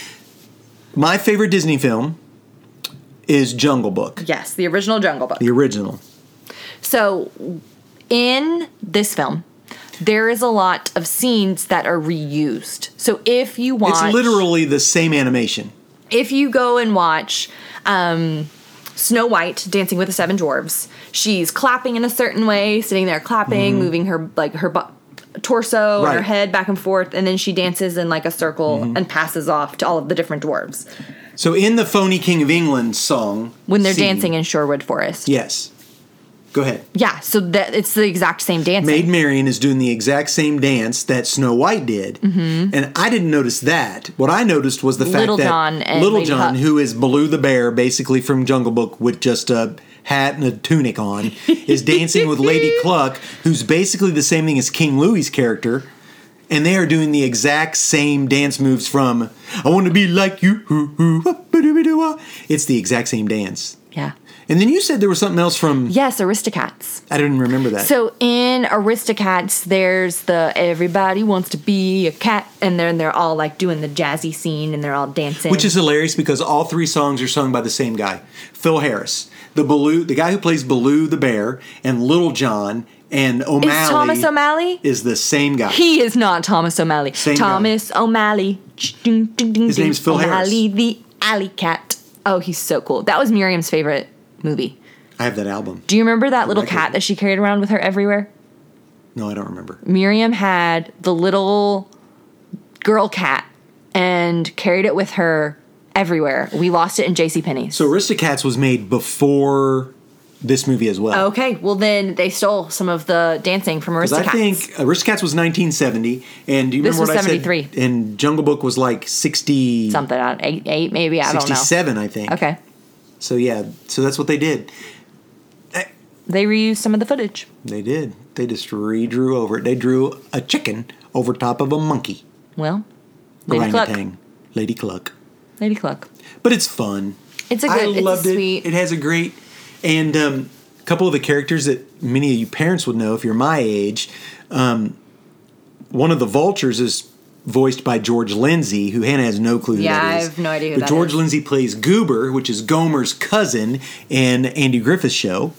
my favorite Disney film is Jungle Book, Yes, the original Jungle Book. the original. So, in this film, there is a lot of scenes that are reused. So, if you watch, It's literally the same animation. if you go and watch um, Snow White dancing with the seven dwarves, she's clapping in a certain way, sitting there clapping, moving her like her bu- torso and Mm-hmm. Right. her Mm-hmm. head back and forth, and then she dances in like a circle and passes off to all of the different dwarves So in the Phony King of England song, when they're scene- dancing in Shorewood Forest. yes, go ahead. Yeah, so that it's the exact same dancing. Maid Marian is doing the exact same dance that Snow White did, and I didn't notice that. What I noticed was the Mm-hmm. Little fact that John and Little Lady John, Puck. who is Baloo the bear, basically from Jungle Book, with just a hat and a tunic on, is dancing with [laughs] Lady Cluck, who's basically the same thing as King Louie's character, and they are doing the exact same dance moves from "I Want to Be Like You." hoo, hoo, wah, ba-doo-ba-doo-wah. It's the exact same dance. yeah. And then you said there was something else from Yes, Aristocats. I didn't remember that. So in Aristocats, there's the everybody wants to be a cat, and then they're all like doing the jazzy scene, and they're all dancing. Which is hilarious because all three songs are sung by the same guy, Phil Harris, the Baloo, the guy who plays Baloo the bear, and Little John and O'Malley. is Thomas O'Malley? is the same guy. He is not Thomas O'Malley. Same guy. Thomas O'Malley. Ding, ding, ding, His ding. name's Phil Harris. O'Malley the Alley Cat. Oh, he's so cool. That was Miriam's favorite movie. I have that album. Do you remember that little like cat it. that she carried around with her everywhere? No, I don't remember. Miriam had the little girl cat and carried it with her everywhere. We lost it in JCPenney's. So Aristocats was made before this movie as well. Okay, well then they stole some of the dancing from 'Cause Aristocats. I think Aristocats was 1970, and do you This remember was what I 73. said? And Jungle Book was like 60, something out eight, eight maybe I don't know. 67, I think. Okay, So yeah, so that's what they did. they reused some of the footage. They did. They just redrew over it. They drew a chicken over top of a monkey. Well, Lady Cluck, orangutan, Lady Cluck. Lady Cluck. But it's fun. It's a good. I it's a loved sweet. it. It has a great and um, a couple of the characters that many of you parents would know if you're my age. Um, one of the vultures is voiced by George Lindsay, who Hannah has no clue who Yeah, that I is. have no idea who but that George is. Lindsay plays Goober, which is Gomer's cousin in Andy Griffith's show.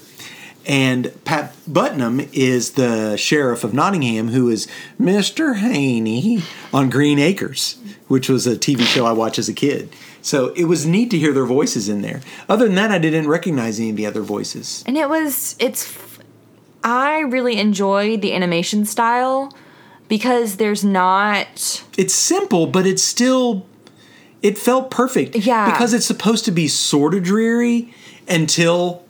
And Pat Putnam is the sheriff of Nottingham, who is Mr. Haney on Green Acres, which was a TV show I watched as a kid. So it was neat to hear their voices in there. Other than that, I didn't recognize any of the other voices. and it was. It's. f- I really enjoyed the animation style because there's not. It's simple, but it's still, it felt perfect. Yeah. Because it's supposed to be sort of dreary until,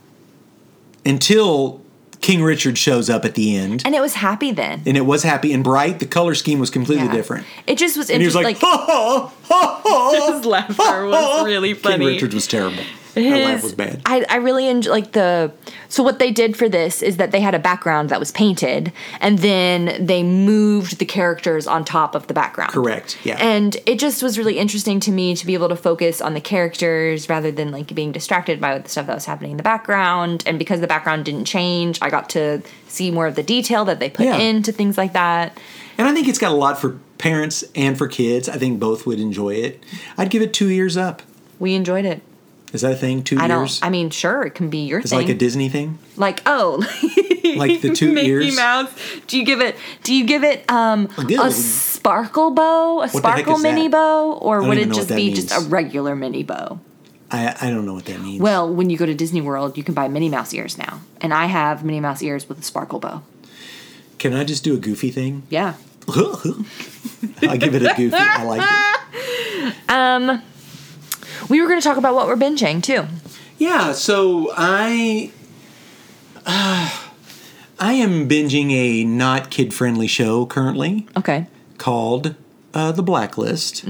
until King Richard shows up at the end. And it was happy then. And it was happy and bright. The color scheme was completely Yeah. different. It just was And he was interesting. like, ha ha ha ha. [laughs] [laughs] His laughter was really funny. King Richard was terrible. That laugh His, was bad. I, I really enjoy like the so what they did for this is that they had a background that was painted and then they moved the characters on top of the background. Correct, yeah. And it just was really interesting to me to be able to focus on the characters rather than like being distracted by the stuff that was happening in the background. And because the background didn't change, I got to see more of the detail that they put Yeah. into things like that. And I think it's got a lot for parents and for kids. I think both would enjoy it. I'd give it two years up. We enjoyed it. Is that a thing? Two I years? don't. I mean, sure, it can be your it's thing. like a Disney thing. like oh [laughs] Like the two Mickey ears? Mouse. Do you give it? Do you give it um gill. a sparkle bow, a the heck sparkle is mini that? bow, or don't would even it know what just that be just means. a regular mini bow? I, I don't know what that means. Well, when you go to Disney World, you can buy Minnie Mouse ears now, and I have Minnie Mouse ears with a sparkle bow. Can I just do a goofy thing? [laughs] Yeah. I give it a goofy. I like it. We were going to talk about what we're binging too. Yeah, so I. Uh, I am binging a not kid friendly show currently. Okay. called uh, The Blacklist,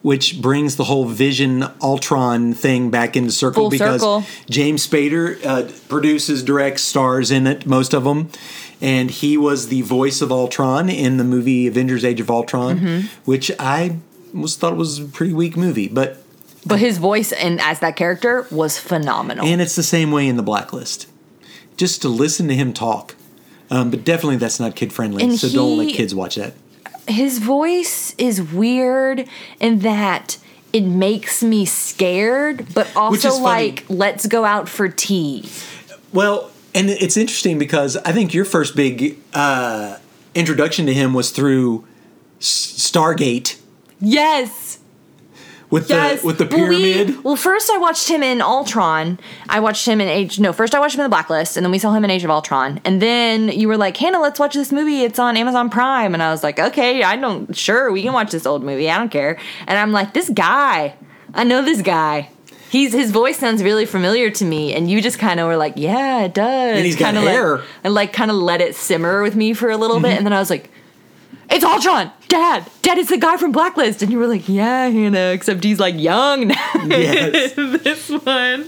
which brings the whole Vision Ultron thing back into circle Full because circle. James Spader uh, produces, directs, stars in it, most of them. And he was the voice of Ultron in the Mm-hmm. movie Avengers Age of Ultron, which I was, thought was a pretty weak movie, but But his voice and as that character was phenomenal. And it's the same way in The Blacklist. Just to listen to him talk. Um, but definitely that's not kid friendly, And so don't let he- kids watch that. his voice is weird in that it makes me scared, but Which is also funny. like let's go out for tea. Well, and it's interesting because I think your first big uh, introduction to him was through S- Stargate Yes. with Yes. the with the Well, we- pyramid. Well, first I watched him in Ultron. I watched him in Age. No, first I watched him in The Blacklist, and then we saw him in Age of Ultron. And then you were like, Hannah, let's watch this movie. It's on Amazon Prime. And I was like, okay, I don't. Sure, we can watch this old movie. I don't care. And I'm like, this guy. I know this guy. He's his voice sounds really familiar to me, and you just kind of were like, yeah, it does. And he's got kinda hair. Mm-hmm. Let, and like kind of let it simmer with me for a little bit, and then I was like. It's Ultron! Dad! Dad is the guy from Blacklist! And you were like, yeah, Hannah, except he's like young now. Yes. [laughs] this one.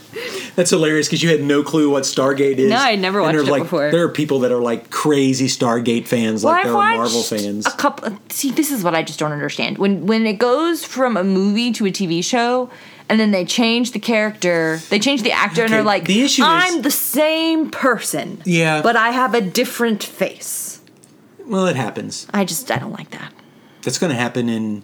That's hilarious because you had no clue what Stargate is. No, I'd never And watched there's, it like, before. There are people that are like crazy Stargate fans, Well, like there I've are watched Marvel fans. a couple. See, this is what I just don't understand. When when it goes from a movie to a TV show, and then they change the character, they change the actor, and Okay, are like, the issue is- I'm the same person. Yeah. but I have a different face. Well, it happens. I just I don't like that. That's going to happen in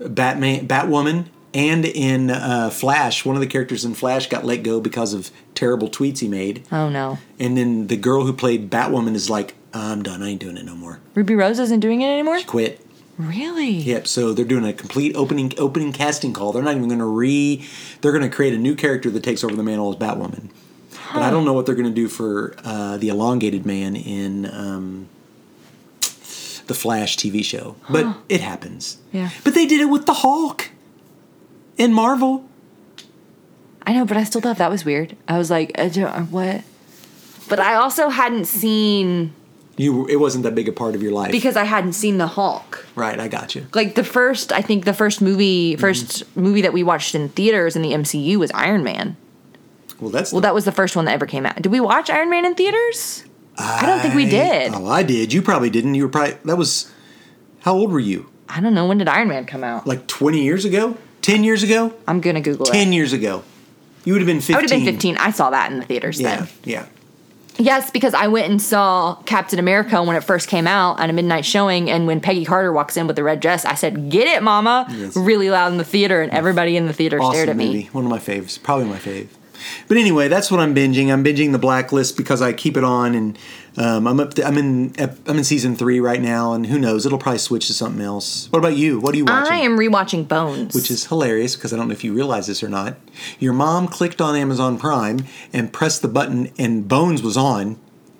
Batman, Batwoman, and in uh, Flash. One of the characters in Flash got let go because of terrible tweets he made. Oh no, And then the girl who played Batwoman is like, I'm done. I ain't doing it no more. Ruby Rose isn't doing it anymore. Quit. Really? Yep. So they're doing a complete opening opening casting call. They're not even going to re. They're going to create a new character that takes over the mantle as Batwoman. But I don't know what they're going to do for uh, the elongated man in um, the Flash TV show. But it happens. Yeah. But they did it with the Hulk in Marvel. I know, but I still thought that was weird. I was like, I don't, what? But I also hadn't seen You it wasn't that big a part of your life, because I hadn't seen the Hulk. right? I got you. like the first i think the first movie 1st movie that we watched in theaters in the mcu was iron man Well, that's well that was the first one that ever came out did we watch iron man in theaters i don't think we did Oh, I did. You probably didn't. You were probably that was. How old were you? i don't know when did iron man come out Like twenty years ago? Ten years ago? i'm gonna google it 10 years ago. You would have been 15. i would have been 15 i saw that in the theaters Yeah, then yeah. yes because i went and saw captain america when it first came out at a midnight showing and when peggy carter walks in with the red dress i said get it mama Yes. really loud in the theater and everybody in the theater stared Awesome at movie. me One of my faves. Probably my fave. But anyway, that's what I'm binging. I'm binging The Blacklist because I keep it on, and um, I'm up. To, I'm in. ep- I'm in season three right now, and who knows? It'll probably switch to something else. What about you? What are you watching? i am rewatching bones Which is hilarious because I don't know if you realize this or not. Your mom clicked on Amazon Prime and pressed the button, and Bones was on,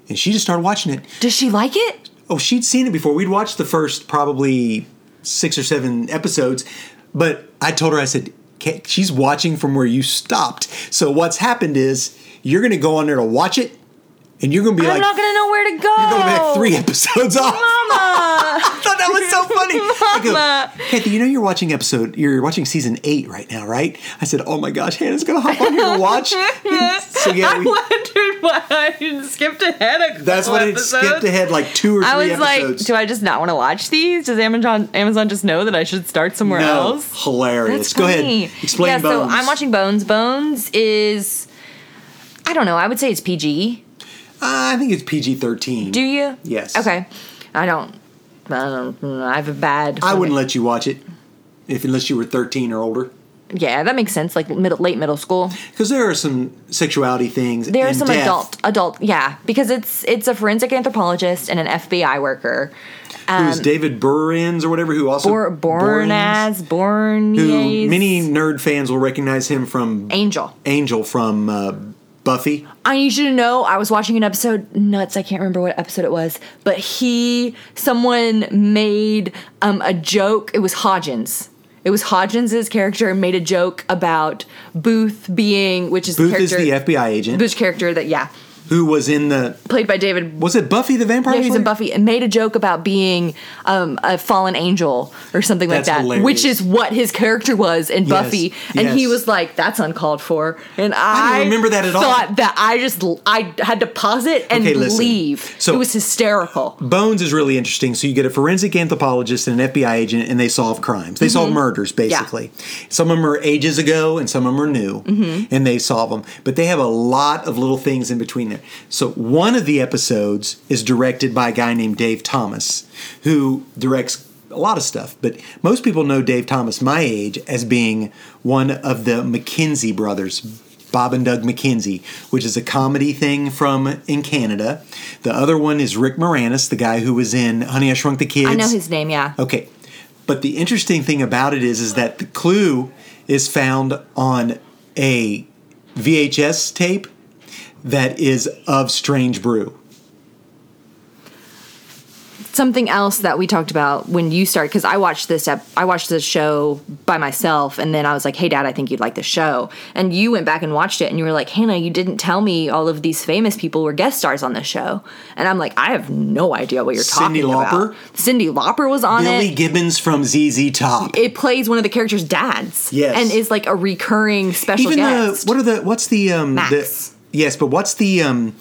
and she just started watching it. does she like it Oh, she'd seen it before. We'd watched the first probably six or seven episodes, but I told her, I said, "Ca- she's watching from where you stopped. So what's happened is you're going to go on there to watch it, and you're going to be I'm like, not gonna know where to go. "Go back [laughs] three [laughs] episodes off. Mama. I thought that was so funny. I Mama. go, Kathy, you know you're watching episode, you're watching season eight right now, right? I said, oh my gosh, Hannah's going to hop on here to watch. [laughs] so yeah, we, wondered why I skipped ahead. A that's what it skipped ahead like two or three I was like, episodes. do I just not want to watch these? Does Amazon Amazon just know that I should start somewhere no, else? hilarious. That's Go funny. ahead. Explain yeah, Bones. so I'm watching Bones. Bones is, I don't know. I would say it's PG. I think it's PG thirteen. Do you? Yes. Okay. I don't. I don't. I have a bad. I wouldn't let you watch it if unless you were thirteen or older, Yeah, that makes sense. Like middle, late middle school. because there are some sexuality things. There are and some death. adult, adult, yeah, because it's it's a forensic anthropologist and an FBI worker, Who is David Burins or whatever? Who also um, Bor- born Burins, as born who many nerd fans will recognize him from angel. Angel from uh, Buffy. I need you to know I was watching an episode nuts. I can't remember what episode it was, but he someone made um, a joke. It was Hodgins. It was Hodgins' character made a joke about Booth being, which is Booth the character, is the FBI agent Booth's character that yeah. who was in the played by David. was it Buffy the Vampire? Yeah, he's in Slayer? Buffy and made a joke about being um, a fallen angel or something That's like that, hilarious. which is what his character was in Buffy. And he yes. was like, "That's uncalled for," and I, didn't remember that at all. Thought that I just I had to pause it and Okay, listen. leave. So- it was hysterical. Bones is really interesting. So you get a forensic anthropologist and an FBI agent, and they solve crimes. Mm-hmm. They solve murders, basically. Some of them are ages ago, and some of them are new, Mm-hmm. and they solve them. But they have a lot of little things in between there. So one of the episodes is directed by a guy named Dave Thomas, who directs a lot of stuff. But most people know Dave Thomas, my age, as being one of the McKinsey brothers. Bob and Doug McKenzie, which is a comedy thing from in Canada. The other one is Rick Moranis, the guy who was in Honey I Shrunk the Kids. I know his name. Yeah, Okay. But the interesting thing about it is is that the clue is found on a VHS tape that is of Strange Brew. something else that we talked about when you started because I watched this ep- I watched this show by myself and then I was like, "Hey, Dad, I think you'd like this show." And you went back and watched it and you were like, "Hannah, you didn't tell me all of these famous people were guest stars on this show." And I'm like, "I have no idea what you're Cyndi talking Lauper? about." Cindy Lauper was on Billy it. Gibbons from ZZ Top. It plays one of the characters' dads. Yes. and is like a recurring special Even guest. the what are the what's the um Max. the Yes, but what's the um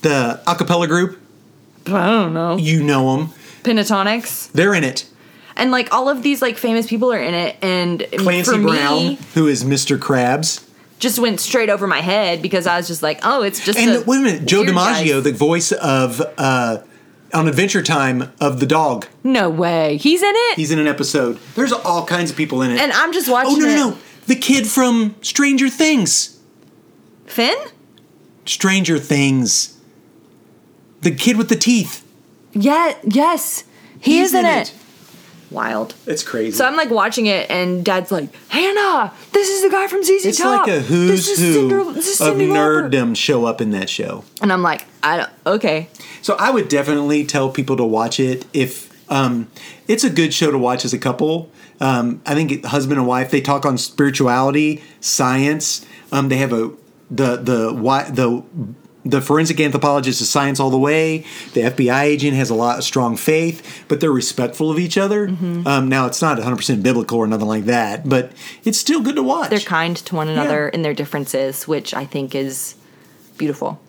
the acapella group? I don't know. You know them. Pentatonics They're in it. and like all of these like famous people are in it. And Clancy for me, Brown, who is Mr. Krabs, just went straight over my head because I was just like, oh, it's just and a wait a minute, Joe weird guy. DiMaggio, the voice of uh, on Adventure Time of the dog. No way, he's in it. He's in an episode. There's all kinds of people in it. and I'm just watching. oh no, it. no, no, the kid from Stranger Things. Finn. Stranger Things. The kid with the teeth. Yeah, yes, he He's is in, in it. it. Wild. It's crazy. So I'm like watching it, and Dad's like, Hannah, this is the guy from ZZ it's Top. like a This who's is who Cinder- this is of Cyndi Lauper." nerddom show up in that show. And I'm like, I don't, okay, So I would definitely tell people to watch it if um, it's a good show to watch as a couple. Um, I think it- husband and wife they talk on spirituality, science. Um, they have a the the wi- the the forensic anthropologist is science all the way. The FBI agent has a lot of strong faith, but they're respectful of each other. Mm-hmm. Um, now it's not 100 percent biblical or nothing like that, but it's still good to watch. they're kind to one another in their differences, which I think is beautiful.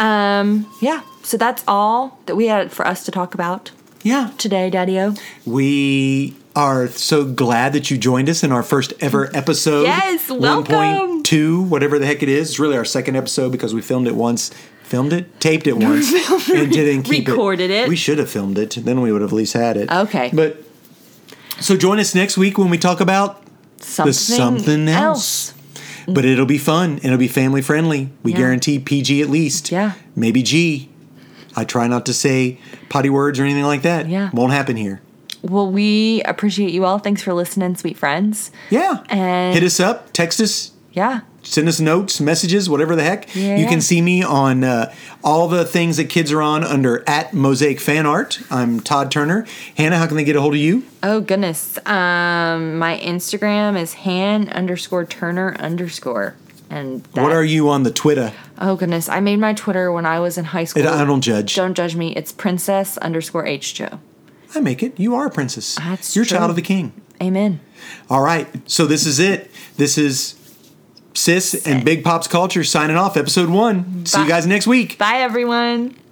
Um, yeah. So that's all that we had for us to talk about yeah, today, Daddy-O. We are so glad that you joined us in our first ever episode. Yes, welcome. 1.2, whatever the heck it is. It's really our second episode because we filmed it once. Filmed it, taped it [laughs] once, and didn't keep recorded it. We should have filmed it. Then we would have at least had it. Okay. But so join us next week when we talk about Something, the something else. But it'll be fun and it'll be family friendly. We Yeah. guarantee PG at least. Yeah. Maybe G. I try not to say potty words or anything like that. Yeah. Won't happen here. Well, we appreciate you all. Thanks for listening, sweet friends. Yeah. And- hit us up, text us, Yeah. send us notes, messages, whatever the heck. Yeah. You can see me on uh, all the things that kids are on under at Mosaic Fan Art. I'm Todd Turner. Hannah, how can they get a hold of you? Oh goodness. Um, my Instagram is han underscore Turner underscore. And that, What are you on the Twitter? Oh goodness, I made my Twitter when I was in high school. It, I don't judge. Oh, Don't judge me. It's princess underscore H Joe. I make it. You are a princess. That's You're a true. child of the king. Amen. All right. So this is it. This is Sis and Big Pops Culture signing off, episode one. See you Bye. guys next week. Bye, everyone.